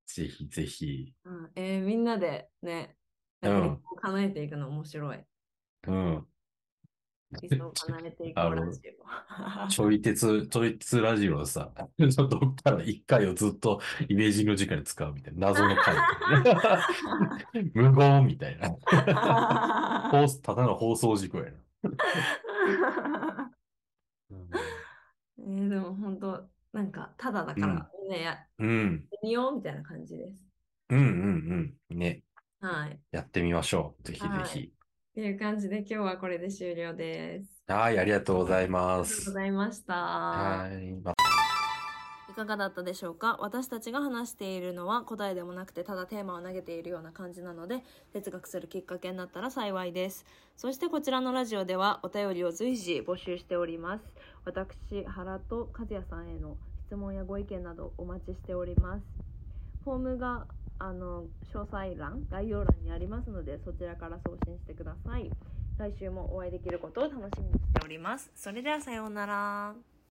[SPEAKER 2] ぜひぜひ。
[SPEAKER 1] うんえーみんなでね、
[SPEAKER 2] うん
[SPEAKER 1] なんか理想を叶えていくの面白い。
[SPEAKER 2] うん。
[SPEAKER 1] 理想を叶えていく
[SPEAKER 2] あ (laughs)
[SPEAKER 1] ラ
[SPEAKER 2] の
[SPEAKER 1] ジオ。
[SPEAKER 2] ちょい鉄、ちょい鉄ラジオのさ、 (laughs) ちょっとどっから一回をずっとイメージングの時間に使うみたいな、謎の回。 (laughs) 無言みたいな。 (laughs) 放送ただの放送事故やな。
[SPEAKER 1] えーでも本当、なんかただだから、みんなやっ
[SPEAKER 2] うん。
[SPEAKER 1] てみようみたいな感じです。
[SPEAKER 2] うんうんうん。ね。
[SPEAKER 1] はい。
[SPEAKER 2] やってみましょう。ぜひぜ
[SPEAKER 1] は
[SPEAKER 2] ひ。
[SPEAKER 1] っていう感じで今日はこれで終了です。
[SPEAKER 2] はい、ありがとうござい
[SPEAKER 1] あ
[SPEAKER 2] ま
[SPEAKER 1] りがとう
[SPEAKER 2] す
[SPEAKER 1] ご。ざいました。
[SPEAKER 2] はい。ま
[SPEAKER 1] いかがだったでしょうか私たちが話しているのは答えでもなくてただテーマを投げているような感じなので哲学するきっかけになったら幸いですそしてこちらのラジオではお便りを随時募集しております私原と和也さんへの質問やご意見などお待ちしておりますフォームがあの詳細欄概要欄にありますのでそちらから送信してください来週もお会いできることを楽しみにしておりますそれではさようなら